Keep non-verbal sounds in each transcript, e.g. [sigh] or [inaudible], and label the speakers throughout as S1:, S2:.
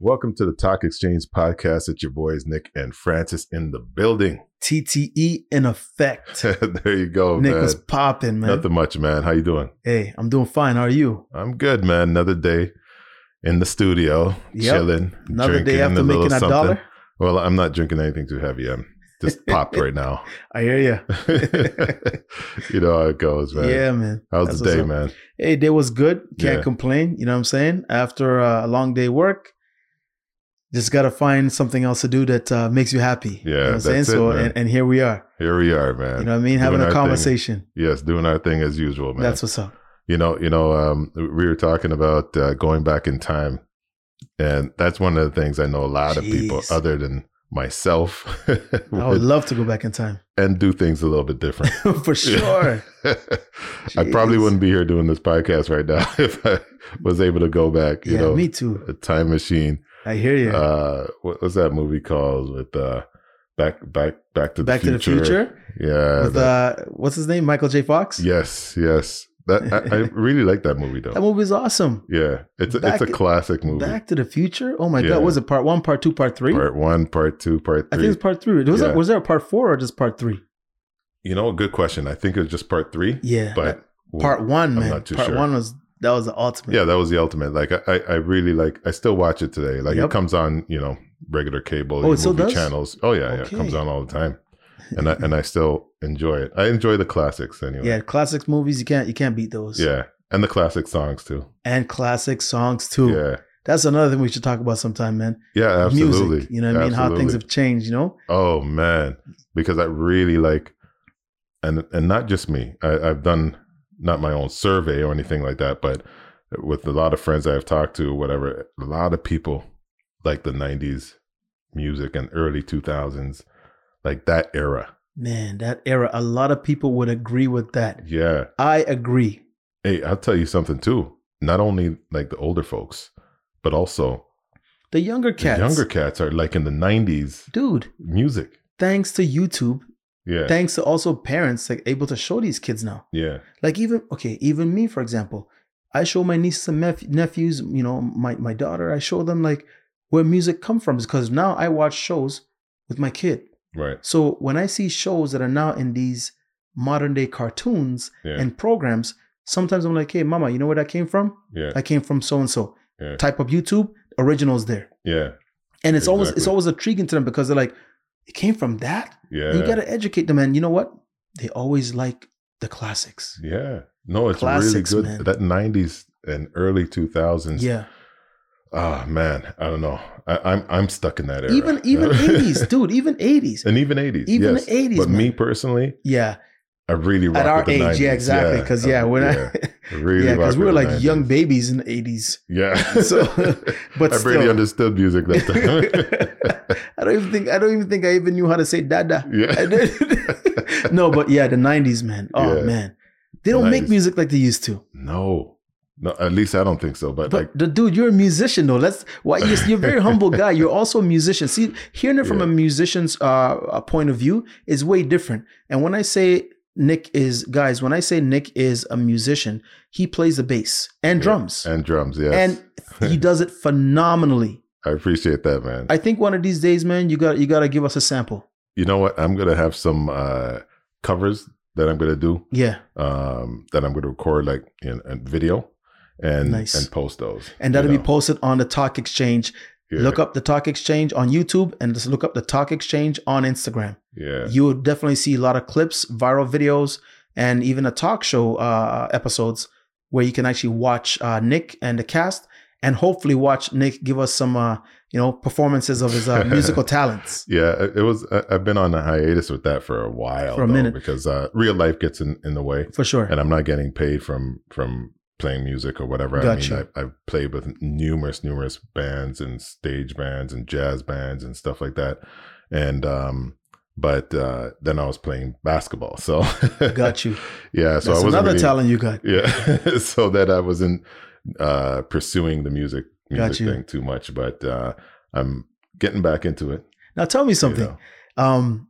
S1: Welcome to the Talk Exchange podcast. It's your boys Nick and Francis in the building. [laughs]
S2: TTE E in effect.
S1: there you go,
S2: Nick
S1: Oh, man.
S2: was popping, man.
S1: Nothing much, man. How you doing?
S2: Hey, I'm doing fine. How are you?
S1: I'm good, man. Another day in the studio,
S2: Yep.
S1: chilling,
S2: Another
S1: drinking
S2: day after
S1: little
S2: making a
S1: something.
S2: dollar.
S1: Well, I'm not drinking anything too heavy. I'm
S2: [laughs]
S1: just popped right now. [laughs]
S2: I hear you.
S1: you know how it goes, man.
S2: Yeah, man.
S1: How's
S2: That's
S1: the
S2: what's
S1: day,
S2: up.
S1: man?
S2: Hey, day was good. Can't
S1: Yeah.
S2: complain. You know what I'm saying? After uh, a long day work, just gotta find something else to do that uh, makes you happy. you
S1: Yeah,
S2: know what I'm saying.
S1: that's it,
S2: so,
S1: man.
S2: and, and here we are.
S1: Here we are, man.
S2: You know what I mean? Having
S1: Doing our
S2: a
S1: thing,
S2: conversation.
S1: yes, doing our thing as usual, man.
S2: That's what's
S1: [laughs]
S2: up.
S1: you know you know um we were talking about uh, going back in time and that's one of the things i know a lot of people
S2: Jeez. Oh,
S1: other than myself [laughs]
S2: I would
S1: would,
S2: love to go back in time [laughs]
S1: and do things a little bit different [laughs]
S2: for sure.
S1: i probably
S2: Jeez.
S1: wouldn't be here doing this podcast right now [laughs] if i was able to go back you
S2: yeah,
S1: know
S2: me too.
S1: a time machine
S2: I hear you.
S1: uh what was that movie called with uh back back back to the
S2: back to
S1: Uh, future
S2: the future
S1: yeah
S2: with
S1: that-
S2: uh, what's his name? Michael J. Fox.
S1: yes yes that
S2: [laughs]
S1: I, I really like that movie though
S2: That movie's awesome.
S1: Yeah, it's a,
S2: Back-
S1: it's a classic movie.
S2: Back to the Future. Oh my
S1: Yeah.
S2: god, was it part one, part two, part three?
S1: Part one, part two, part
S2: I
S1: three.
S2: think it's part three. Was,
S1: Yeah.
S2: there, was there a part four or just part three?
S1: you know, good question. I think it was just part three,
S2: Yeah,
S1: but
S2: that- part one,
S1: I'm
S2: man.
S1: not too
S2: part
S1: sure.
S2: one was that was the ultimate.
S1: yeah, that was the ultimate. Like I, I, I really like. I still watch it today. Like it
S2: Yep.
S1: comes on, you know, regular cable,
S2: Oh,
S1: your
S2: it still
S1: movie
S2: does?
S1: channels. Oh yeah, yeah, it comes
S2: Okay.
S1: on all the
S2: [laughs]
S1: time, and I and I still enjoy it. I enjoy the classics anyway.
S2: yeah. Classic movies, you can't you can't beat those.
S1: yeah, and the classic songs too.
S2: and classic songs too.
S1: Yeah,
S2: That's another thing we should talk about sometime, man.
S1: yeah, absolutely.
S2: Music, you know what I mean? How things
S1: Absolutely.
S2: have changed, you know?
S1: Oh man, because I really like, and and not just me. I, I've done not my own survey or anything like that, but with a lot of friends I've talked to, whatever, a lot of people like the '90s music and early 2000s, like that era.
S2: Man, that era. A lot of people would agree with that.
S1: Yeah.
S2: I agree.
S1: Hey, I'll tell you something too. Not only like the older folks, but also
S2: The younger
S1: the
S2: cats,
S1: younger cats are like in the '90s
S2: dude.
S1: music.
S2: Thanks to YouTube,
S1: Yeah.
S2: thanks to also parents like able to show these kids now.
S1: yeah.
S2: like even okay even me for example i show my nieces and neph- nephews you know my, my daughter i show them like where music come from because now i watch shows with my kid
S1: Right.
S2: so when i see shows that are now in these modern day cartoons
S1: Yeah.
S2: and programs sometimes i'm like hey mama you know where that came from
S1: yeah.
S2: that came from so and so
S1: Yeah.
S2: type of youtube originals there
S1: yeah.
S2: and it's always it's
S1: Exactly.
S2: always intriguing to them because they're like it came from that
S1: Yeah.
S2: you got to educate them and you know what they always like the classics
S1: Yeah. No, it's
S2: Classics,
S1: really good.
S2: man.
S1: That 90s and early 2000s.
S2: yeah
S1: Ah, man. I don't know. I, I'm I'm stuck in that era.
S2: Even
S1: [laughs]
S2: even eighties, dude. Even eighties.
S1: and even 80s.
S2: Even
S1: yes.
S2: 80s,
S1: But me
S2: man.
S1: personally,
S2: Yeah,
S1: I really rock
S2: at our
S1: with the
S2: age.
S1: 90s.
S2: Yeah, exactly. Because yeah, when
S1: yeah, I really
S2: [laughs] yeah,
S1: rock
S2: because we were
S1: with the
S2: like young
S1: 90s.
S2: babies in
S1: [laughs]
S2: the eighties. [laughs]
S1: Yeah.
S2: So, but
S1: I really
S2: still.
S1: understood music
S2: [laughs]
S1: that time. [laughs]
S2: I don't even think I don't even think I even knew how to say dada. I
S1: yeah. [laughs]
S2: didn't- [laughs] no, but yeah, the nineties, man. Oh
S1: Yeah.
S2: man, they don't make
S1: 90s.
S2: music like they used to.
S1: No. No, at least I don't think so. But,
S2: But
S1: like,
S2: the dude, you're a musician though. Let's why you're, you're a
S1: [laughs]
S2: very humble guy. You're also a musician. See, hearing it from
S1: Yeah.
S2: a musician's uh, uh, point of view is way different. And when I say Nick is guys, when I say Nick is a musician, he plays the bass and drums,
S1: and drums, Uh, yes. [laughs]
S2: and he does it phenomenally.
S1: I appreciate that, man.
S2: I think one of these days, man, you got you got to give us a sample.
S1: you know what? I'm gonna have some uh, covers that I'm gonna do.
S2: Yeah,
S1: Um, that I'm gonna record like in a video and
S2: Nice.
S1: and post those.
S2: and that'll be posted on the Talk Exchange. Look up the Talk Exchange on YouTube, and just look up the Talk Exchange on Instagram.
S1: Yeah,
S2: you will definitely see a lot of clips, viral videos, and even a talk show uh, episodes where you can actually watch uh, Nick and the cast, and hopefully watch Nick give us some, uh, you know, performances of
S1: [laughs]
S2: his uh, musical talents.
S1: yeah. It it was. I- I've been on a hiatus with that for a while.
S2: For a
S1: though,
S2: minute.
S1: because uh, real life gets in, in the way,
S2: For sure.
S1: and I'm not getting paid from from playing music or whatever. I mean,
S2: Gotcha.
S1: I, I've played with numerous numerous bands and stage bands and jazz bands and stuff like that, and um. But uh, then I was playing basketball, so
S2: Got you.
S1: [laughs] Yeah, so
S2: That's
S1: I was
S2: another
S1: really,
S2: talent you got.
S1: Yeah, [laughs] so that I wasn't uh, pursuing the music music
S2: Got you.
S1: thing too much, but uh, I'm getting back into it.
S2: Now tell me
S1: you
S2: something.
S1: know.
S2: Um,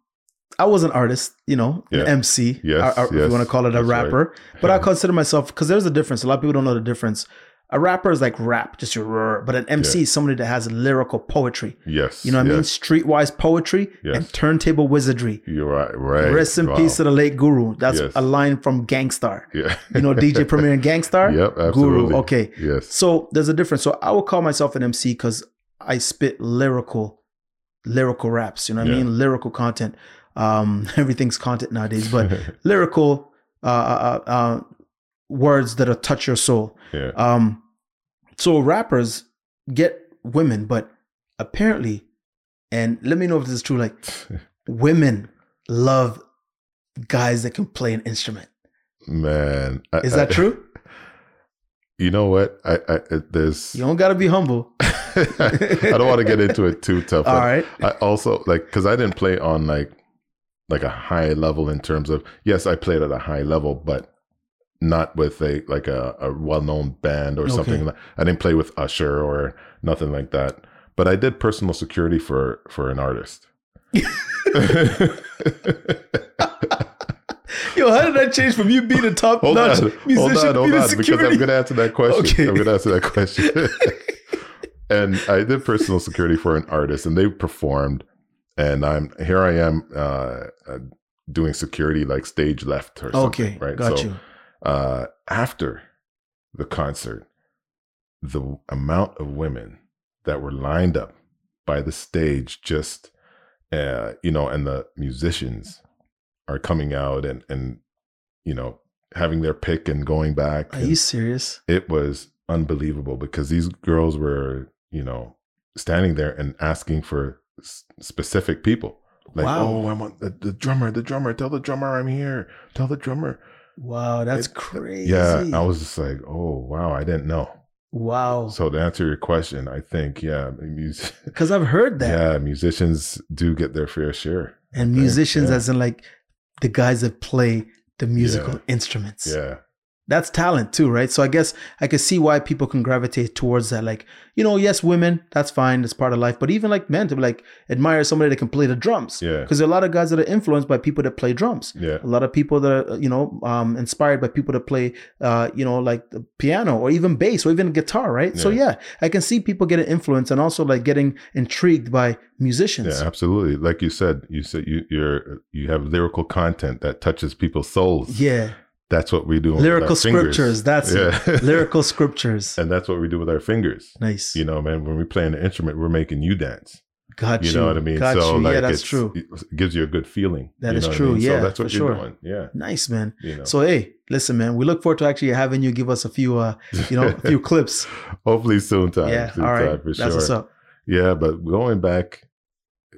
S2: I was an artist, you know,
S1: Yeah.
S2: an MC,
S1: Yes,
S2: or- or if
S1: yes,
S2: you want to call it a
S1: that's right. [laughs]
S2: rapper, but I consider myself because there's a difference. A lot of people don't know the difference. a rapper is like rap, just your rrr, but an MC is somebody that has lyrical poetry.
S1: Yes.
S2: You know what I mean?
S1: yes,
S2: Streetwise poetry and
S1: Yes.
S2: turntable wizardry.
S1: You're right. Right.
S2: Rest in
S1: Wow.
S2: peace to the late Guru. That's
S1: Yes.
S2: a line from Gangstar.
S1: [laughs] Yeah.
S2: You
S1: [laughs]
S2: know DJ Premier and Gangstar?
S1: Yep. Absolutely.
S2: Guru. Okay.
S1: Yes.
S2: So there's a difference. So I would call myself an MC because I spit lyrical, lyrical raps. You know what I
S1: Yeah.
S2: mean? Lyrical content. Um, [laughs] everything's content nowadays, but lyrical uh, uh, uh, uh, words that'll touch your soul.
S1: yeah.
S2: Um, so rappers get women, but apparently, and let me know if this is true. Like women love guys that can play an instrument.
S1: [laughs] Man. I-
S2: Is that
S1: I-
S2: true?
S1: You know what? I, I it- there's.
S2: You don't gotta
S1: [laughs]
S2: be humble.
S1: I don't want to get into it too tough.
S2: All
S1: but
S2: right.
S1: I also like because I didn't play on like like a high level in terms of yes, I played at a high level, but not with a like a, a well known band or something. I didn't play with Usher or nothing like that. But I did personal security for for an artist. [laughs]
S2: Yo, how did that change from you being a top
S1: hold
S2: notch
S1: on, hold
S2: musician
S1: on, hold
S2: being
S1: on, because
S2: security?
S1: I'm going to answer that question.
S2: Okay.
S1: I'm going to answer that question. and I did personal security for an artist, and they performed, and I'm here. I am uh, uh, doing security like stage left or
S2: [laughs] okay,
S1: something. Right,
S2: got you.
S1: Uh, after the concert, the amount of women that were lined up by the stage, just uh, you know, and the musicians are coming out and and you know having their pick and going back.
S2: Are
S1: and-
S2: you serious?
S1: it was unbelievable because these girls were, you know, standing there and asking for s- specific people. Like,
S2: Wow.
S1: oh, I want the, the drummer, the drummer, tell the drummer I'm here, tell the drummer.
S2: Wow, that's
S1: It-
S2: crazy.
S1: Yeah, I was just like, oh, wow, I didn't know.
S2: wow.
S1: So, to answer your question, I think, yeah, mus- [laughs]
S2: Because I've heard that,
S1: yeah, musicians do get their fair share.
S2: and musicians,
S1: yeah.
S2: as in like the guys that play the musical
S1: Yeah.
S2: instruments.
S1: Yeah,
S2: That's talent too, right? So I guess I can see why people can gravitate towards that. Like, you know, yes, women, that's fine, that's part of life. But even like men to like admire somebody that can play the drums.
S1: yeah,
S2: Because there are a lot of guys that are influenced by people that play drums.
S1: yeah,
S2: a lot of people that are you know um, inspired by people that play uh, you know like the piano or even bass or even guitar right so yeah i can see people getting influenced and also like getting intrigued by musicians
S1: yeah, absolutely. Like you said, you said you you're you have lyrical content that touches people's souls.
S2: yeah,
S1: That's what we do. with our
S2: lyrical
S1: fingers.
S2: scriptures that's it.
S1: Yeah.
S2: [laughs]
S1: [laughs]
S2: lyrical scriptures
S1: and that's what we do with our fingers.
S2: nice
S1: You know, man, when we play an instrument, we're making you dance.
S2: got you
S1: You know what I mean?
S2: got
S1: so
S2: you
S1: like
S2: yeah that's
S1: it's-
S2: true
S1: It gives you a good feeling.
S2: That
S1: That is
S2: is true, yeah,
S1: so that's what
S2: for
S1: you're
S2: sure.
S1: doing. Yeah.
S2: nice man
S1: You know.
S2: so hey listen man we look forward to actually having you give us a few uh you know a
S1: [laughs]
S2: few clips
S1: hopefully soon time.
S2: yeah
S1: soon
S2: all right
S1: time for sure.
S2: that's what's up
S1: Yeah, but going back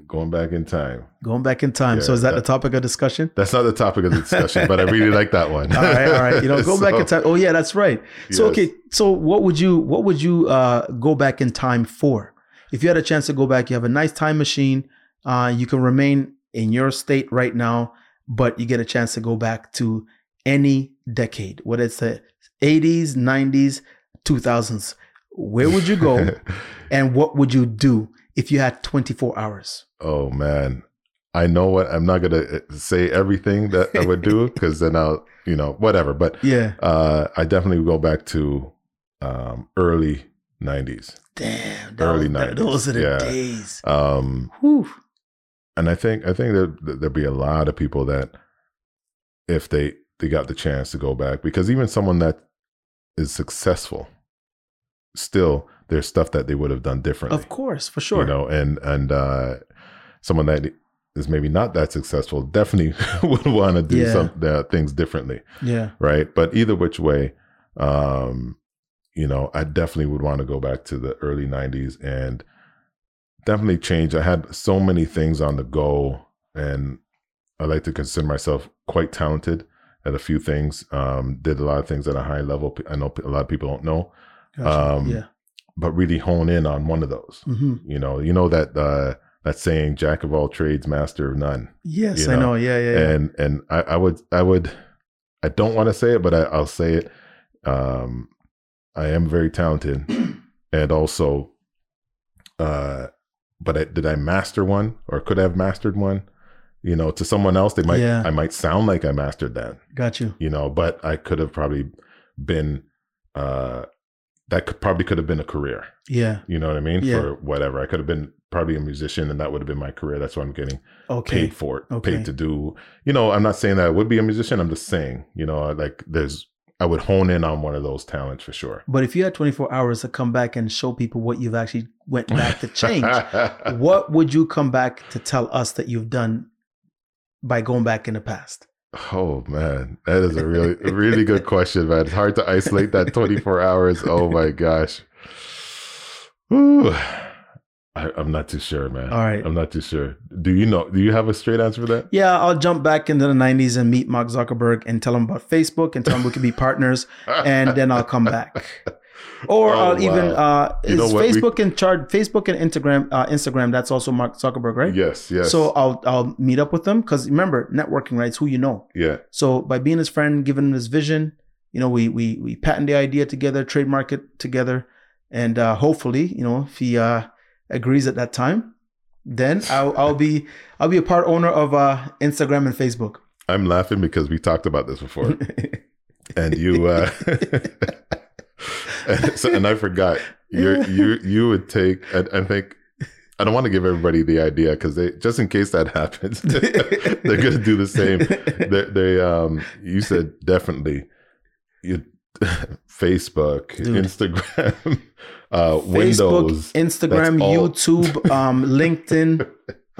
S1: going back in time.
S2: going back in time so
S1: Yeah,
S2: is that
S1: that-
S2: the topic
S1: [laughs]
S2: of discussion
S1: That's not the topic of the discussion, but I really like that one.
S2: [laughs] all right all right
S1: [laughs]
S2: you know go back in time oh yeah that's right So okay, so what would you what would you uh, go back in time for? If you had a chance to go back, you have a nice time machine. Uh, you can remain in your state right now, but you get a chance to go back to any decade, whether it's the 80s, 90s, 2000s. Where would you
S1: [laughs]
S2: go, and what would you do if you had 24 hours?
S1: Oh man, I know what I'm not gonna uh, say everything that I would
S2: [laughs]
S1: do because then I'll you know whatever. But
S2: Yeah,
S1: uh, I definitely would go back to um, early '90s.
S2: damn,
S1: Early
S2: early was,
S1: 90s,
S2: those are the
S1: yeah.
S2: days.
S1: Um,
S2: Whew.
S1: and I think I think there there'd be a lot of people that if they they got the chance to go back because even someone that is successful, still there's stuff that they would have done differently.
S2: Of course, for sure.
S1: you know and and uh someone that is maybe not that successful definitely [laughs] would want to do
S2: Yeah.
S1: some uh, things differently
S2: yeah,
S1: right but either which way um you know i definitely would want to go back to the early 90s and definitely change i had so many things on the go and i like to consider myself quite talented at a few things um did a lot of things at a high level i know a lot of people don't know
S2: Gotcha.
S1: Um,
S2: yeah.
S1: but really hone in on one of those
S2: hmm
S1: you know you know that uh that saying jack of all trades master of none
S2: Yes,
S1: you
S2: I
S1: know,
S2: know. Yeah, yeah, yeah.
S1: and and I, I would i would i don't want to say it but I, i'll say it um i am very talented
S2: [clears throat]
S1: and also uh but I, did i master one or could I have mastered one you know to someone else they might
S2: Yeah.
S1: i might sound like i mastered that
S2: Got you.
S1: you know but i could have probably been uh that could, probably could have been a career.
S2: Yeah.
S1: You know what I mean?
S2: Yeah.
S1: For whatever. I could have been probably a musician and that would have been my career. That's what I'm getting
S2: Okay.
S1: paid for it,
S2: Okay.
S1: paid to do. You know, I'm not saying that I would be a musician. I'm just saying, you know, I- like there's, I would hone in on one of those talents for sure.
S2: But if you had 24 hours to come back and show people what you've actually went back
S1: [laughs]
S2: to change, what would you come back to tell us that you've done by going back in the past?
S1: Oh man, that is a really, really good
S2: [laughs]
S1: question, man. It's hard to isolate that 24 hours. Oh my gosh. Ooh. I, I'm not too sure, man.
S2: All right.
S1: I'm not too sure. Do you know? Do you have a straight answer for that?
S2: Yeah, I'll jump back into the 90s and meet Mark Zuckerberg and tell him about Facebook and tell him we could be partners and uh,
S1: [laughs]
S2: then I'll come back. Or
S1: Oh,
S2: I'll even
S1: wow.
S2: uh
S1: You
S2: is
S1: know what, we-
S2: Facebook and chart Facebook and Instagram uh Instagram that's also Mark Zuckerberg, right?
S1: Yes, yes.
S2: So uh I'll I'll meet up with them cuz remember, networking right, it's who you know.
S1: yeah,
S2: So by being his friend, giving him his vision, you know, we we we patent the idea together, trademark it together, and uh, hopefully, you know, if he uh, agrees at that time, then I'll, I'll be I'll be a part owner of uh, Instagram and Facebook.
S1: I'm laughing because we talked about this before, and you.
S2: [laughs]
S1: Uh, and, so, and I forgot you. You you would take. I, I think I don't want to give everybody the idea because they just in case that [laughs] happens, they're gonna do the [laughs]
S2: [laughs]
S1: same. They, they um. You said definitely. You. [laughs] Facebook,
S2: Dude.
S1: Instagram, [laughs] uh,
S2: Facebook,
S1: Windows,
S2: Instagram,
S1: that's all.
S2: YouTube, um,
S1: [laughs]
S2: LinkedIn,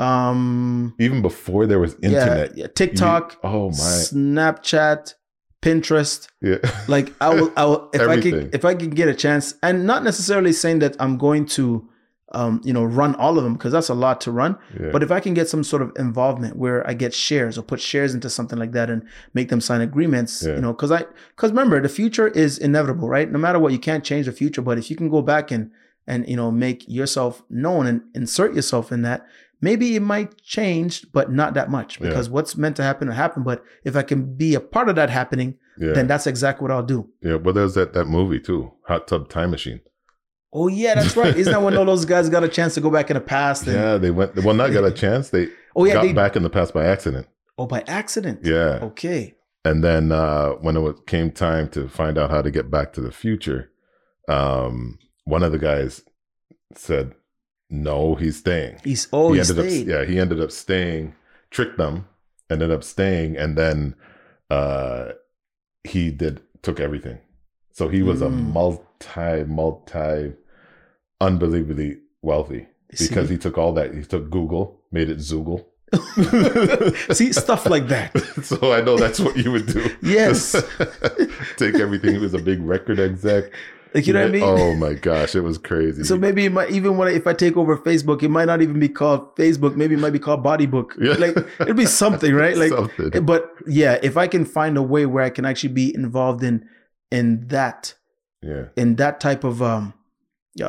S2: um,
S1: even before there was
S2: yeah,
S1: internet.
S2: yeah,
S1: you-
S2: TikTok,
S1: oh my,
S2: Snapchat, Pinterest.
S1: yeah. [laughs]
S2: Like I will, I will if I
S1: Everything.
S2: could, if I could get a chance, and not necessarily saying that I'm going to, um, you know, run all of them because that's a lot to run.
S1: Yeah.
S2: But if I can get some sort of involvement where I get shares or put shares into something like that and make them sign agreements,
S1: Yeah.
S2: you know, because I, because remember, the future is inevitable, right? No matter what, you can't change the future. But if you can go back and and you know make yourself known and insert yourself in that, maybe it might change, but not that much
S1: Yeah.
S2: because what's meant to happen will happen. But if I can be a part of that happening
S1: yeah.
S2: then that's exactly what I'll do.
S1: Yeah, well, there's that that movie too, Hot Tub Time Machine.
S2: Oh yeah, that's right. Isn't that when all those guys got a chance to go back in the past? And,
S1: Yeah, they went. Well, not got a chance. They
S2: [laughs] Oh yeah,
S1: got
S2: they,
S1: back in the past by accident.
S2: oh by accident.
S1: Yeah,
S2: Okay.
S1: and then uh, when it was, came time to find out how to get back to the future, um, one of the guys said, "No, he's staying."
S2: He's oh he,
S1: ended up.
S2: stayed.
S1: Yeah, he ended up staying. Tricked them, ended up staying, and then uh, he did took everything. So he was a
S2: Mm.
S1: multi, multi, unbelievably wealthy.
S2: See?
S1: because he took all that. He took Google, made it Zoogle.
S2: [laughs]
S1: [laughs]
S2: see stuff like that.
S1: so I know that's what you would do.
S2: Yes.
S1: [laughs] Take everything. He was a big record exec.
S2: Like you know what I mean?
S1: Oh my gosh, it was crazy.
S2: So maybe it might even when I, if I take over Facebook, it might not even be called Facebook. Maybe it might be called Body Book.
S1: [laughs] Yeah.
S2: Like it'd be something, right? Like
S1: Something.
S2: but yeah, if I can find a way where I can actually be involved in in that
S1: yeah.
S2: in that type of um, uh,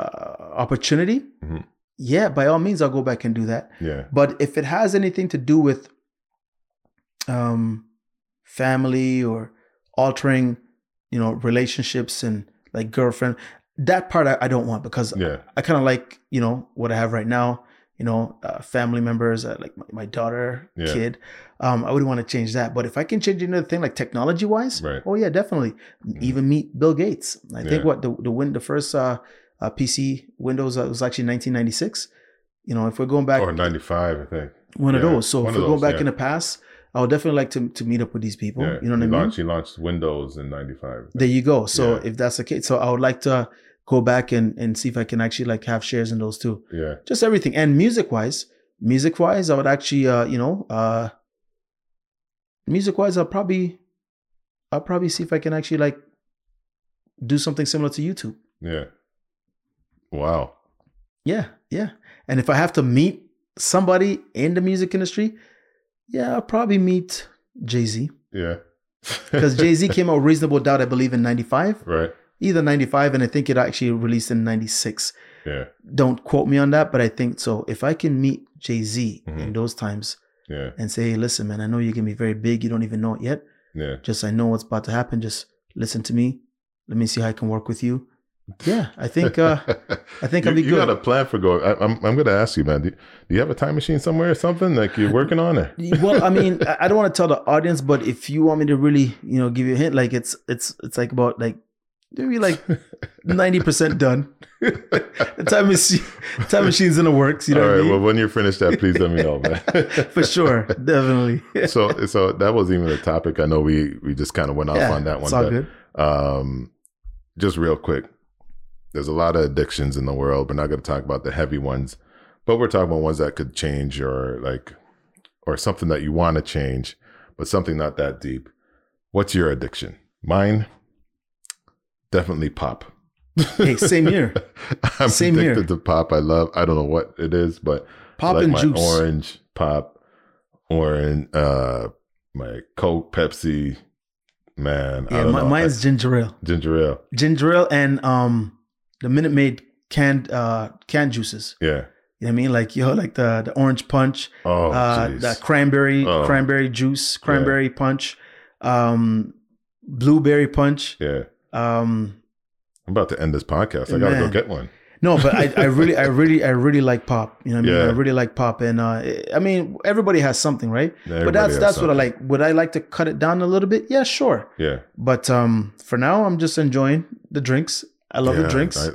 S2: opportunity,
S1: Mhm.
S2: yeah, by all means, I'll go back and do that.
S1: Yeah.
S2: But if it has anything to do with um, family or altering, you know, relationships and like girlfriend, that part I, I don't want because
S1: Yeah.
S2: I kind of like you know what I have right now. You know, uh, family members uh, like my, my daughter,
S1: Yeah.
S2: kid. Um, I wouldn't want to change that, but if I can change another thing like technology wise,
S1: Right. Mm-hmm.
S2: oh yeah, definitely. Even meet Bill Gates. I
S1: Yeah.
S2: think what the the win the first uh, uh, PC Windows uh, was actually 1996. You know, if we're going back
S1: Or 95, I think.
S2: one of
S1: yeah,
S2: those, so
S1: one
S2: if
S1: of
S2: we're going
S1: those,
S2: back
S1: yeah.
S2: in the past, I would definitely like to to meet up with these people.
S1: yeah.
S2: Oh, You know what I
S1: he
S2: mean?
S1: Launched, he launched Windows in 95.
S2: There you go. So
S1: Yeah.
S2: if that's the case, so I would like to go back and and see if I can actually like have shares in those too.
S1: Yeah.
S2: just everything and music wise music wise i would actually uh you know uh music wise i'll probably i'll probably see if i can actually like do something similar to youtube
S1: Yeah. Wow.
S2: yeah yeah and if i have to meet somebody in the music industry yeah i'll probably meet jay-z
S1: Yeah. [laughs]
S2: because jay-z came out reasonable doubt i believe in 95
S1: right.
S2: either 95 and i think it actually released in 96
S1: Yeah.
S2: don't quote me on that but i think so if i can meet jay-z in
S1: Mhm.
S2: those times
S1: Yeah.
S2: and say, hey, listen, man, I know you're gonna be very big. You don't even know it yet.
S1: Yeah.
S2: Just I know what's about to happen. Just listen to me. Let me see how I can work with you. Yeah, I think uh,
S1: [laughs]
S2: I think
S1: you,
S2: I'll be
S1: you
S2: good.
S1: got a plan for going. I, I'm I'm gonna ask you, man. Do, do you have a time machine somewhere or something like you're working on
S2: [laughs]
S1: it?
S2: well, I
S1: [laughs]
S2: mean, I I don't want to tell the audience, but if you want me to really, you know, give you a hint, like it's it's it's like about like Maybe like ninety percent done. the time machine, [laughs] time machine's in the works. You know
S1: All
S2: what
S1: right.
S2: I mean?
S1: Well, when you're finished that, please let me know, man.
S2: [laughs] For
S1: [laughs]
S2: sure, definitely.
S1: so, so that wasn't even a topic. I know we we just kind of went off
S2: Yeah,
S1: on that one.
S2: It's all
S1: but,
S2: good.
S1: Um, just real quick, there's a lot of addictions in the world. We're not going to talk about the heavy ones, but we're talking about ones that could change or like, or something that you want to change, but something not that deep. What's your addiction? Mine, definitely pop. [laughs]
S2: Hey, same here.
S1: I'm
S2: Same here.
S1: addicted to pop. I love. I don't know what it is, but
S2: Pop
S1: like
S2: and
S1: my
S2: juice.
S1: orange pop, orange, uh, my Coke, Pepsi. Man, I
S2: yeah,
S1: don't
S2: mi-
S1: know.
S2: mine's ginger ale.
S1: I- ginger ale.
S2: Ginger ale and um the Minute Maid canned uh canned juices.
S1: Yeah.
S2: You know what I mean? Like yo, like the the orange punch,
S1: Oh,
S2: uh
S1: jeez.
S2: the cranberry
S1: Oh.
S2: cranberry juice, cranberry punch, um blueberry punch.
S1: yeah.
S2: Um
S1: I'm about to end this podcast. I gotta go
S2: Man.
S1: get one.
S2: No, but I, I really, I really, I really like pop. You know what I mean?
S1: Yeah.
S2: I really like pop, and uh, I mean everybody has something, right?
S1: Everybody
S2: but that's
S1: has
S2: that's what I
S1: something.
S2: like. Would I like to cut it down a little bit? Yeah, sure.
S1: Yeah.
S2: But um, for now, I'm just enjoying the drinks. I love
S1: Yeah,
S2: the drinks. [laughs]
S1: I,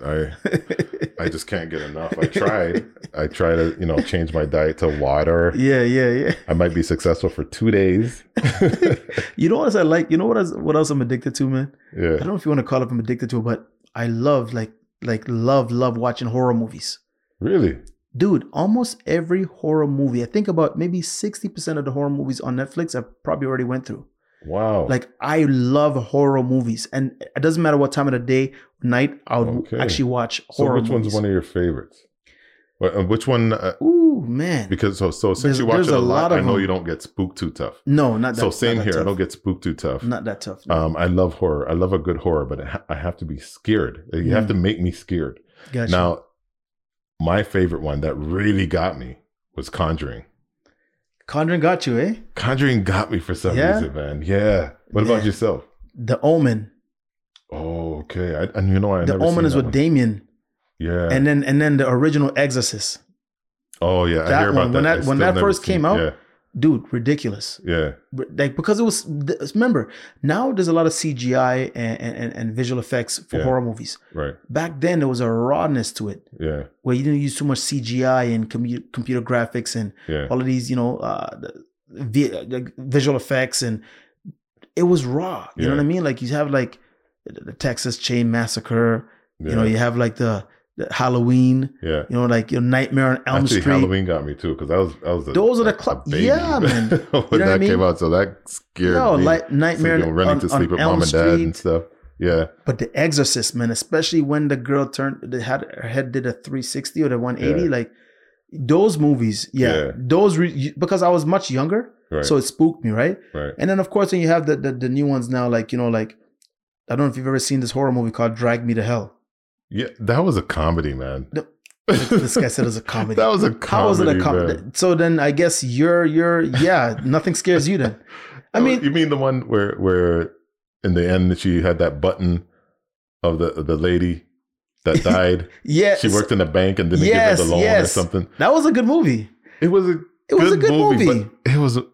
S1: I I just can't get enough. I tried. I try to you know change my diet to water.
S2: yeah, yeah, yeah.
S1: I might be successful for two days. [laughs]
S2: You know what else I like? You know what else, what else I'm addicted to, man? I
S1: yeah.
S2: don't know if you want to call it I'm addicted to, but I love like like love love watching horror movies.
S1: Really?
S2: Dude, almost every horror movie, I think about maybe 60% of the horror movies on Netflix I probably already went through.
S1: Wow.
S2: Like I love horror movies, and it doesn't matter what time of the day, night, I would
S1: Okay.
S2: actually watch
S1: so
S2: horror.
S1: which one's
S2: movies.
S1: one of your favorites? Well, uh, Which one? Uh,
S2: Ooh man,
S1: because so so since
S2: There's-
S1: you watch
S2: there's
S1: it a
S2: a
S1: lot,
S2: lot of
S1: I know
S2: them.
S1: you don't get spooked too tough.
S2: no, not that.
S1: so same
S2: not that
S1: here. I
S2: tough.
S1: don't get spooked too tough.
S2: Not that tough. no.
S1: Um, I love horror. I love a good horror, but it ha- I have to be scared. Uh, You have to
S2: Mm.
S1: make me scared.
S2: gotcha.
S1: Now, my favorite one that really got me was Conjuring.
S2: Conjuring got you, eh?
S1: Conjuring got me for some
S2: Yeah?
S1: reason, man. Yeah. What about
S2: Yeah.
S1: yourself?
S2: The Omen.
S1: Oh, okay. I, and you know, I
S2: the
S1: never seen
S2: Omen is
S1: that
S2: with
S1: one.
S2: Damien,
S1: Yeah.
S2: and then and then the original Exorcist.
S1: oh, yeah. I
S2: that
S1: hear about
S2: one,
S1: that.
S2: when that-
S1: I
S2: when
S1: still
S2: that
S1: never
S2: first
S1: seen-
S2: came out- Dude, ridiculous.
S1: Yeah. Yeah.
S2: But, Like because it was remember now there's a lot of CGI and and, and visual effects for
S1: Yeah.
S2: horror movies.
S1: Right.
S2: Back then there was a rawness to it.
S1: Yeah.
S2: where you didn't use too much CGI and commu- computer graphics and
S1: Yeah.
S2: all of these, you know, uh, the vi- like, visual effects, and it was raw. You know
S1: Yeah.
S2: what I mean? Like you have like the Texas Chain Massacre.
S1: yeah.
S2: You know, you have like the, the Halloween.
S1: yeah.
S2: You know, like your Nightmare on Elm
S1: Actually,
S2: Street.
S1: Halloween got me too because I was, I was. A,
S2: Those are the
S1: a-
S2: cla-
S1: a baby
S2: yeah, man. You
S1: [laughs] when
S2: what I
S1: that came
S2: mean?
S1: out, so that scared
S2: No,
S1: me.
S2: like
S1: so
S2: Nightmare
S1: you know, running
S2: on,
S1: to sleep
S2: on
S1: with
S2: Elm
S1: mom and dad
S2: Street.
S1: and stuff. Yeah,
S2: But The Exorcist, man, especially when the girl turned, they had her head did a 360 or the 180,
S1: Yeah.
S2: like those movies, yeah,
S1: Yeah.
S2: those re- you- because I was much younger,
S1: right,
S2: so it spooked me, right?
S1: right.
S2: And then of course, then you have the, the the new ones now, like you know, like I don't know if you've ever seen this horror movie called Drag Me to Hell.
S1: Yeah, that was a comedy, man.
S2: No,
S1: [laughs]
S2: This guy said it was a comedy.
S1: that was a comedy.
S2: How was it a comedy?
S1: man.
S2: So then I guess you're you're yeah, nothing scares
S1: [laughs]
S2: you then. I
S1: Oh,
S2: mean,
S1: you mean the one where where in the end she had that button of the the lady
S2: [laughs]
S1: that died.
S2: yeah,
S1: she worked in a bank and didn't give
S2: Yes,
S1: her the loan or
S2: yes.
S1: something.
S2: that was a good movie.
S1: It was a
S2: It was a good movie.
S1: but it was a-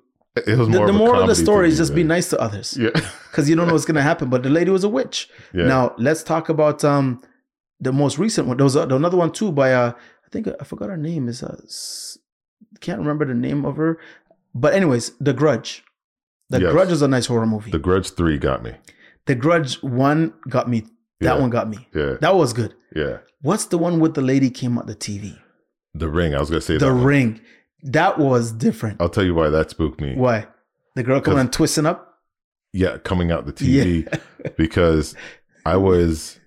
S1: it was
S2: the,
S1: more.
S2: the
S1: of a
S2: moral of the
S1: comedy to
S2: story
S1: me,
S2: is just be
S1: man.
S2: nice to others.
S1: Yeah,
S2: because you don't know what's gonna happen. But the lady was a witch.
S1: yeah.
S2: Now let's talk about um the most recent one. There was a- another one too by uh I think I forgot her name is uh S- can't remember the name of her. But anyways, The Grudge. The
S1: Yes.
S2: Grudge is a nice horror movie.
S1: the
S2: The,
S1: Grudge Three got me.
S2: Grudge one got me. That
S1: Yeah.
S2: one got me.
S1: Yeah,
S2: That was good.
S1: yeah.
S2: What's the one with the lady came on the TV?
S1: The Ring. I was gonna say
S2: The
S1: that one.
S2: Ring. That was different.
S1: I'll tell you why that spooked me.
S2: Why? The girl coming
S1: 'Cause-
S2: and twisting up.
S1: yeah coming out the
S2: [laughs]
S1: tv because i was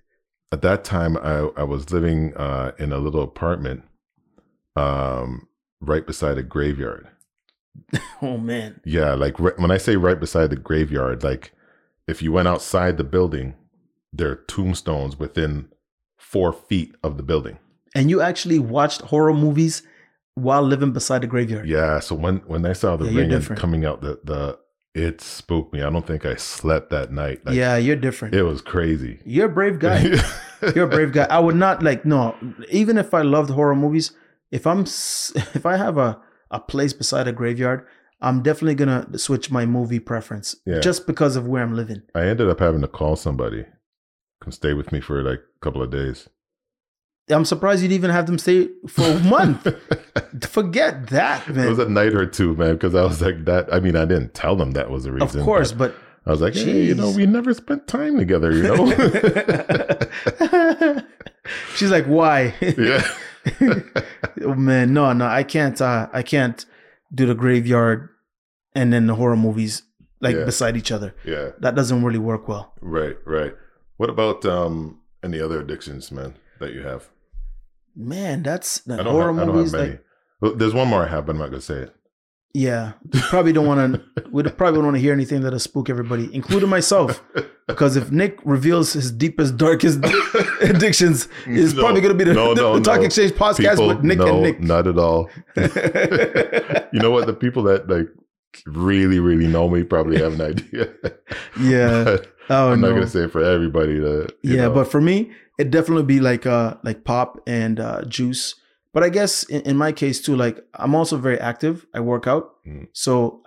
S1: at that time i, I was living uh, in a little apartment um, right beside a graveyard
S2: Oh man.
S1: yeah like ri- when i say right beside the graveyard like if you went outside the building there are tombstones within four feet of the building
S2: And you actually watched horror movies while living beside the graveyard.
S1: yeah so when when i saw the
S2: Yeah, you're
S1: ring and
S2: different.
S1: coming out the the it spooked me i don't think i slept that night like
S2: yeah, you're different.
S1: it was crazy
S2: You're a
S1: [laughs]
S2: brave guy. You're a brave guy. I would not like no. Even if I loved horror movies, if I'm s- [laughs] if I have a a place beside a graveyard, I'm definitely gonna switch my movie preference
S1: Yeah.
S2: just because of where I'm living.
S1: I ended up having to call somebody can stay with me for like a couple of days.
S2: I'm surprised you'd even have them stay for
S1: [laughs]
S2: a month. Forget that,
S1: It was
S2: man.
S1: a night or two, man, because I was like that. I mean, I didn't tell them that was the
S2: Of
S1: reason.
S2: course,
S1: but
S2: but
S1: I was like, hey, you know,
S2: Jeez.
S1: we never spent time together, you [laughs] know.
S2: [laughs] she's like, why?
S1: yeah,
S2: Oh, man, no, no, I can't. Uh, I can't do the graveyard and then the horror movies like
S1: Yeah.
S2: beside each other.
S1: yeah,
S2: That doesn't really work well.
S1: right, right. What about um any other addictions, man, that you have?
S2: Man, that's that
S1: I don't,
S2: horror
S1: have, I don't have
S2: movies.
S1: many.
S2: Like,
S1: Well, There's one more I have, but I'm not gonna say it.
S2: yeah, we probably don't want to. We probably don't want to hear anything that'll spook everybody, including myself. Because if Nick reveals his deepest, darkest
S1: [laughs]
S2: addictions, it's
S1: No.
S2: probably going to be the,
S1: No,
S2: [laughs] the
S1: no,
S2: Talk
S1: no.
S2: Exchange podcast
S1: People,
S2: with Nick
S1: no,
S2: and Nick.
S1: not at all. You know what? The people that like really, really know me probably have an idea.
S2: [laughs] yeah.
S1: [laughs] But
S2: Oh
S1: I'm
S2: no.
S1: not gonna say for everybody that. you
S2: yeah
S1: know.
S2: but for me it definitely be like uh like pop and uh juice but i guess in, in my case too like i'm also very active i work out
S1: Mm.
S2: so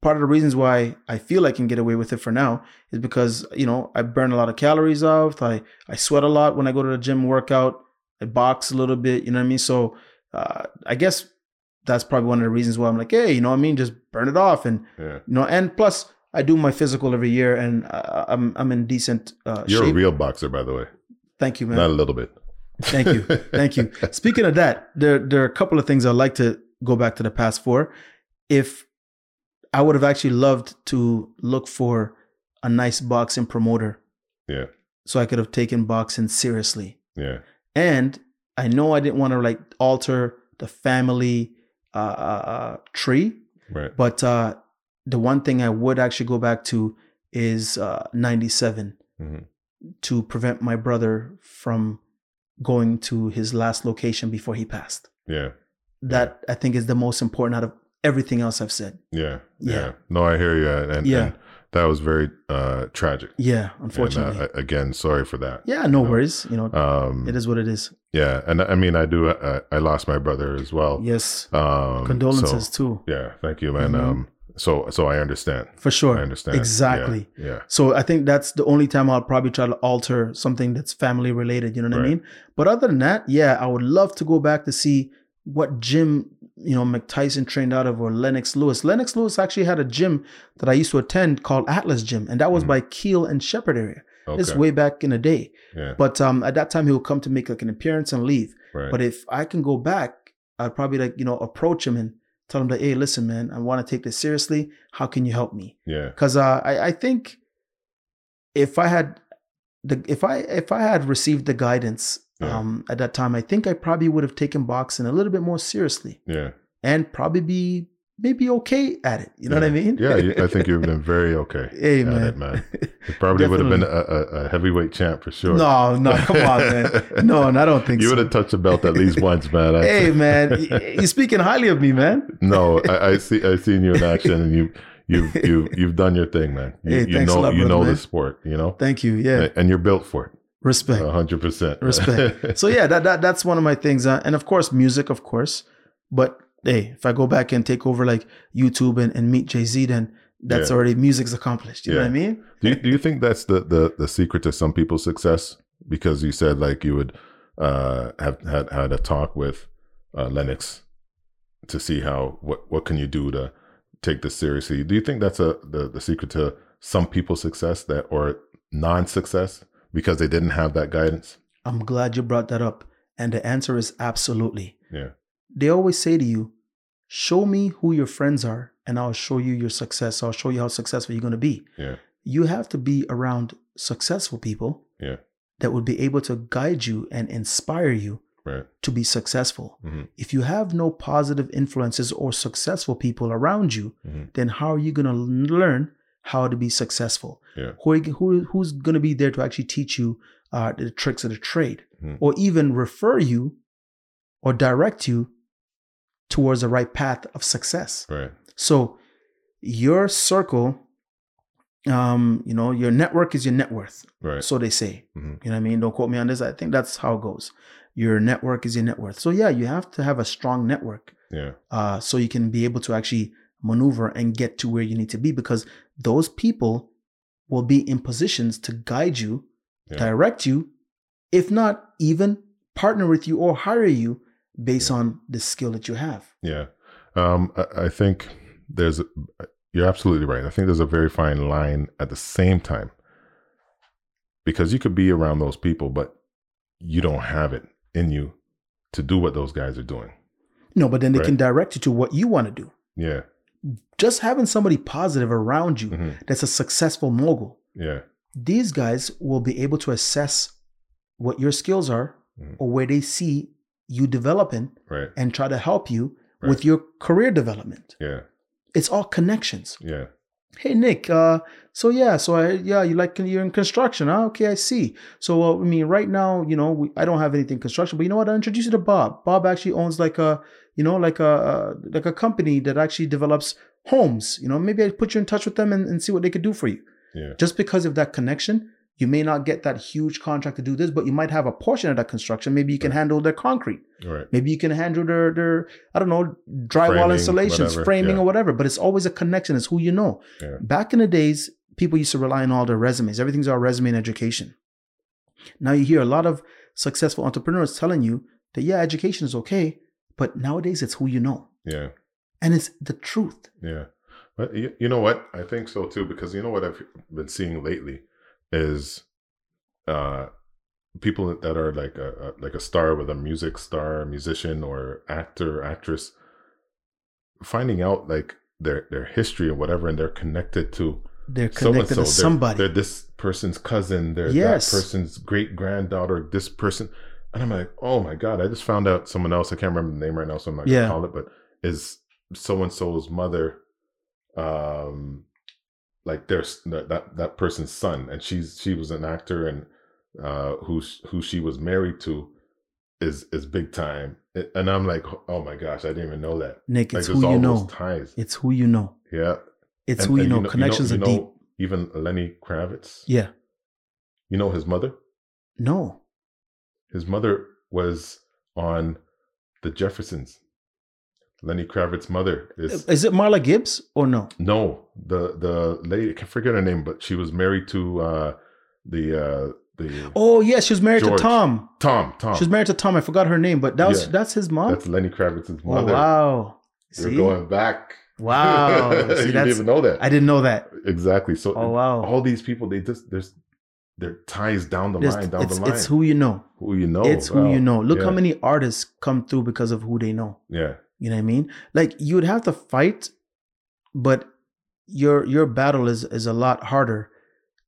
S2: part of the reasons why i feel i can get away with it for now is because you know i burn a lot of calories out i i sweat a lot when i go to the gym workout i box a little bit you know what i mean so uh i guess that's probably one of the reasons why i'm like hey you know what i mean just burn it off and
S1: yeah.
S2: you know and plus i do my physical every year and I, i'm i'm in decent uh
S1: you're
S2: shape
S1: a real boxer, by the way.
S2: Thank you, man.
S1: Not a little bit.
S2: Thank
S1: [laughs]
S2: you. Thank you. Speaking of that, there there are a couple of things I'd like to go back to the past for. If I would have actually loved to look for a nice boxing promoter.
S1: Yeah.
S2: So I could have taken boxing seriously.
S1: [laughs] Yeah.
S2: And I know I didn't want to like alter the family uh, uh, uh, tree,
S1: Right.
S2: but uh, the one thing I would actually go back to is uh, 97
S1: Mhm.
S2: to prevent my brother from going to his last location before he passed.
S1: Yeah.
S2: That I think is the most important out of everything else I've said.
S1: Yeah.
S2: Yeah.
S1: Yeah. No, I hear you. And, and-
S2: Yeah.
S1: and that was very uh tragic. And,
S2: Yeah,
S1: uh,
S2: unfortunately.
S1: I- again, sorry for that.
S2: yeah, no
S1: no.
S2: worries. You know,
S1: Um
S2: it is what it is.
S1: yeah, and I mean I do I, I lost my brother as well.
S2: Yes.
S1: Um
S2: Condolences
S1: so-
S2: too,
S1: yeah, thank you man.
S2: Mhm.
S1: Um so so I understand.
S2: for
S1: I
S2: sure.
S1: understand.
S2: Exactly.
S1: Yeah. yeah.
S2: So I think that's the only time I'll probably try to alter something that's family related. You know what I
S1: Right.
S2: mean? But other than that, yeah, I would love to go back to see what gym you know McTyson trained out of or Lennox Lewis. Lennox Lewis actually had a gym that I used to attend called Atlas Gym, and that was
S1: Mhm.
S2: by Keel and Shepherd area.
S1: Okay.
S2: This way back in the day.
S1: yeah.
S2: But um, at that time, he would come to make like an appearance and leave.
S1: Right.
S2: But if I can go back, I'd probably like you know approach him and tell him that hey, listen, man, I want to take this seriously. How can you help me?
S1: yeah.
S2: because uh, I, I think if I had the if I if I had received the guidance
S1: Yeah.
S2: um, at that time, I think I probably would have taken boxing a little bit more seriously [laughs]
S1: Yeah.
S2: and probably be maybe okay at it. You know what I
S1: Yeah.
S2: mean?
S1: Yeah, you- I think you've been very okay.
S2: [laughs] hey
S1: at
S2: man.
S1: it, man. It probably would have been a, a, a heavyweight champ for sure.
S2: No, no, come on,
S1: [laughs]
S2: man. No, no, I don't think
S1: You
S2: so.
S1: would have touched the belt at
S2: [laughs]
S1: least once, man. I- [laughs]
S2: Hey man, y- you're speaking highly of me, man.
S1: no, I, I see. I seen you in action, and you,
S2: [laughs]
S1: you, you, you've done your thing, man. You,
S2: Hey,
S1: you
S2: thanks a
S1: know,
S2: lot,
S1: you
S2: brother,
S1: know
S2: man.
S1: the sport, you know,
S2: Thank you. Yeah,
S1: and you're built for it,
S2: respect.
S1: a hundred percent. [laughs]
S2: Respect. so yeah, that, that that's one of my things, uh, and of course music, of course. But hey, if I go back and take over like YouTube and, and meet Jay Z, then that's
S1: Yeah.
S2: already music's accomplished. You know
S1: Yeah.
S2: what I mean?
S1: do you, do you think that's the, the the secret to some people's success? Because you said like you would uh, have had had a talk with uh, Lennox to see how what what can you do to take this seriously. Do you think that's a the, the secret to some people's success that or non success because they didn't have that guidance?
S2: I'm glad you brought that up, and the answer is absolutely.
S1: Yeah.
S2: They always say to you, "Show me who your friends are, and I'll show you your success. I'll show you how successful you're going to be."
S1: Yeah.
S2: You have to be around successful people.
S1: Yeah.
S2: That would be able to guide you and inspire you
S1: Right.
S2: to be successful.
S1: Mhm.
S2: If you have no positive influences or successful people around you,
S1: Mhm.
S2: then how are you going to learn how to be successful?
S1: Yeah.
S2: Who, are you- who who's going to be there to actually teach you uh, the tricks of the trade,
S1: Mhm.
S2: or even refer you or direct you towards the right path of success?
S1: Right.
S2: So your circle, um, you know, your network is your net worth.
S1: Right.
S2: So they say.
S1: Mhm.
S2: You know what I mean? Don't quote me on this. I think that's how it goes. Your network is your net worth. So yeah, you have to have a strong network
S1: yeah.
S2: uh, so you can be able to actually maneuver and get to where you need to be because those people will be in positions to guide you
S1: Yeah.
S2: direct you, if not even partner with you or hire you based
S1: Yeah.
S2: on the skill that you have.
S1: Yeah. Um, I, I think there's, you're absolutely right. I think there's a very fine line at the same time because you could be around those people, but you don't have it in you to do what those guys are doing.
S2: No, but then they
S1: Right.
S2: can direct you to what you want to do.
S1: Yeah.
S2: Just having somebody positive around you
S1: hmm
S2: that's a successful mogul,
S1: Yeah.
S2: these guys will be able to assess what your skills are
S1: Mhm.
S2: or where they see you developing
S1: Right.
S2: and try to help you
S1: Right.
S2: with your career development.
S1: Yeah.
S2: It's all connections.
S1: Yeah.
S2: Hey Nick, uh, so yeah, so I yeah, you like you're in construction, huh? Okay, I see. So uh, I mean, right now, you know, we, I don't have anything construction, but you know what? I will introduce you to Bob. Bob actually owns like a, you know, like a uh, like a company that actually develops homes. You know, maybe I put you in touch with them and, and see what they could do for you.
S1: Yeah.
S2: Just because of that connection, you may not get that huge contract to do this, but you might have a portion of that construction. Maybe you can handle their concrete.
S1: Right.
S2: Maybe you can handle their their I don't know drywall
S1: Framing,
S2: installations,
S1: whatever,
S2: framing
S1: yeah.
S2: or whatever. But it's always a connection. It's who you know.
S1: Yeah.
S2: Back in the days, people used to rely on all their resumes. Everything's all resume and education. Now you hear a lot of successful entrepreneurs telling you that yeah, education is okay, but nowadays it's who you know,
S1: Yeah.
S2: and it's the truth.
S1: Yeah. But you, you know what? I think so too, because you know what I've been seeing lately is uh people that are like a, a like a star with a music star, musician or actor, actress finding out like their their history and whatever and they're connected to
S2: They're
S1: so and
S2: connected
S1: so
S2: to somebody.
S1: They're, this person's cousin, they're
S2: Yes.
S1: that person's great granddaughter, this person. And I'm like, oh my God, I just found out someone else, I can't remember the name right now, so I'm not
S2: Yeah.
S1: gonna call it, but is so and so's mother um like there's that, that that person's son and she's she was an actor and uh who sh- who she was married to is is big time and i'm like oh my gosh i didn't even know that
S2: Nick,
S1: like
S2: it's
S1: there's
S2: who you
S1: all
S2: know.
S1: those ties
S2: It's who you know.
S1: yeah
S2: It's
S1: And-
S2: who you
S1: and
S2: know. Connections
S1: you
S2: are
S1: know
S2: deep.
S1: even lenny kravitz
S2: Yeah.
S1: you know his mother
S2: No.
S1: his mother was on the jeffersons lenny kravitz's mother is
S2: Is it Marla Gibbs or no?
S1: No, the the lady I can forget her name, but she was married to uh the uh the
S2: Oh yeah, she was married
S1: George.
S2: to Tom.
S1: Tom Tom.
S2: She was married to Tom. I forgot her name, but that was
S1: Yeah.
S2: that's his mom.
S1: That's Lenny Kravitz's
S2: oh
S1: mother.
S2: wow!
S1: You're
S2: See?
S1: going back. [laughs]
S2: Wow!
S1: you
S2: See,
S1: didn't
S2: that's
S1: even know that.
S2: I didn't know that.
S1: exactly. So
S2: Oh wow!
S1: all these people, they just there's their ties down the
S2: There's-
S1: line, down
S2: it's,
S1: the line.
S2: it's who you know.
S1: Who you know.
S2: it's who
S1: Wow.
S2: you know. Look how
S1: Yeah.
S2: many artists come through because of who they know.
S1: Yeah,
S2: You know what I mean? Like you would have to fight, but your your battle is is a lot harder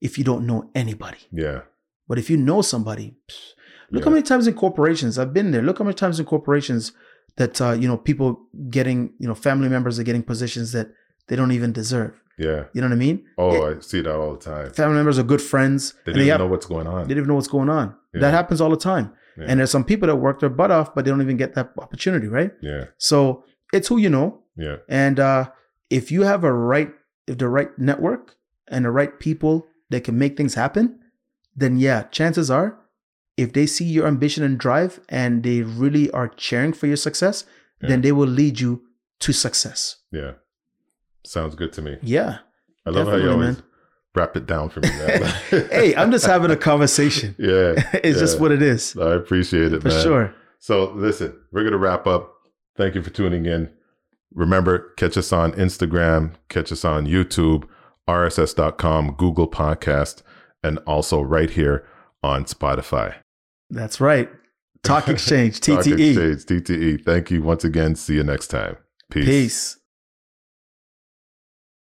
S2: if you don't know anybody.
S1: yeah.
S2: But if you know somebody, psh, look how
S1: Yeah.
S2: many times in corporations I've been there. Look how many times in corporations that uh, you know people getting you know family members are getting positions that they don't even deserve.
S1: Yeah.
S2: You know what I mean?
S1: Oh, I see that all the time.
S2: Family members are good friends.
S1: They
S2: and
S1: didn't
S2: they, have,
S1: know what's going
S2: they
S1: on.
S2: didn't even know what's going on.
S1: Yeah.
S2: That happens all the time.
S1: Yeah.
S2: And there's some people that work their butt off, but they don't even get that opportunity, right?
S1: Yeah,
S2: So it's who you know.
S1: yeah,
S2: And uh, if you have a right, if the right network and the right people that can make things happen, then yeah, chances are, if they see your ambition and drive and they really are cheering for your success, then
S1: Yeah.
S2: they will lead you to success.
S1: yeah. Sounds good to me.
S2: Yeah.
S1: I love how you
S2: Definitely,
S1: always wrap it down for me. Man.
S2: [laughs] Hey, I'm just having a
S1: [laughs]
S2: conversation. [laughs]
S1: yeah,
S2: it's just
S1: Yeah.
S2: what it is,
S1: I appreciate it,
S2: for
S1: man.
S2: sure.
S1: So, listen, we're gonna wrap up. Thank you for tuning in. Remember, catch us on Instagram, catch us on YouTube, RSS.com, Google Podcast, and also right here on Spotify.
S2: That's right.
S1: [laughs]
S2: Talk Exchange, E.
S1: Talk
S2: TTE.
S1: E. Exchange, TTE. Thank you once again. See you next time. Peace.
S2: Peace.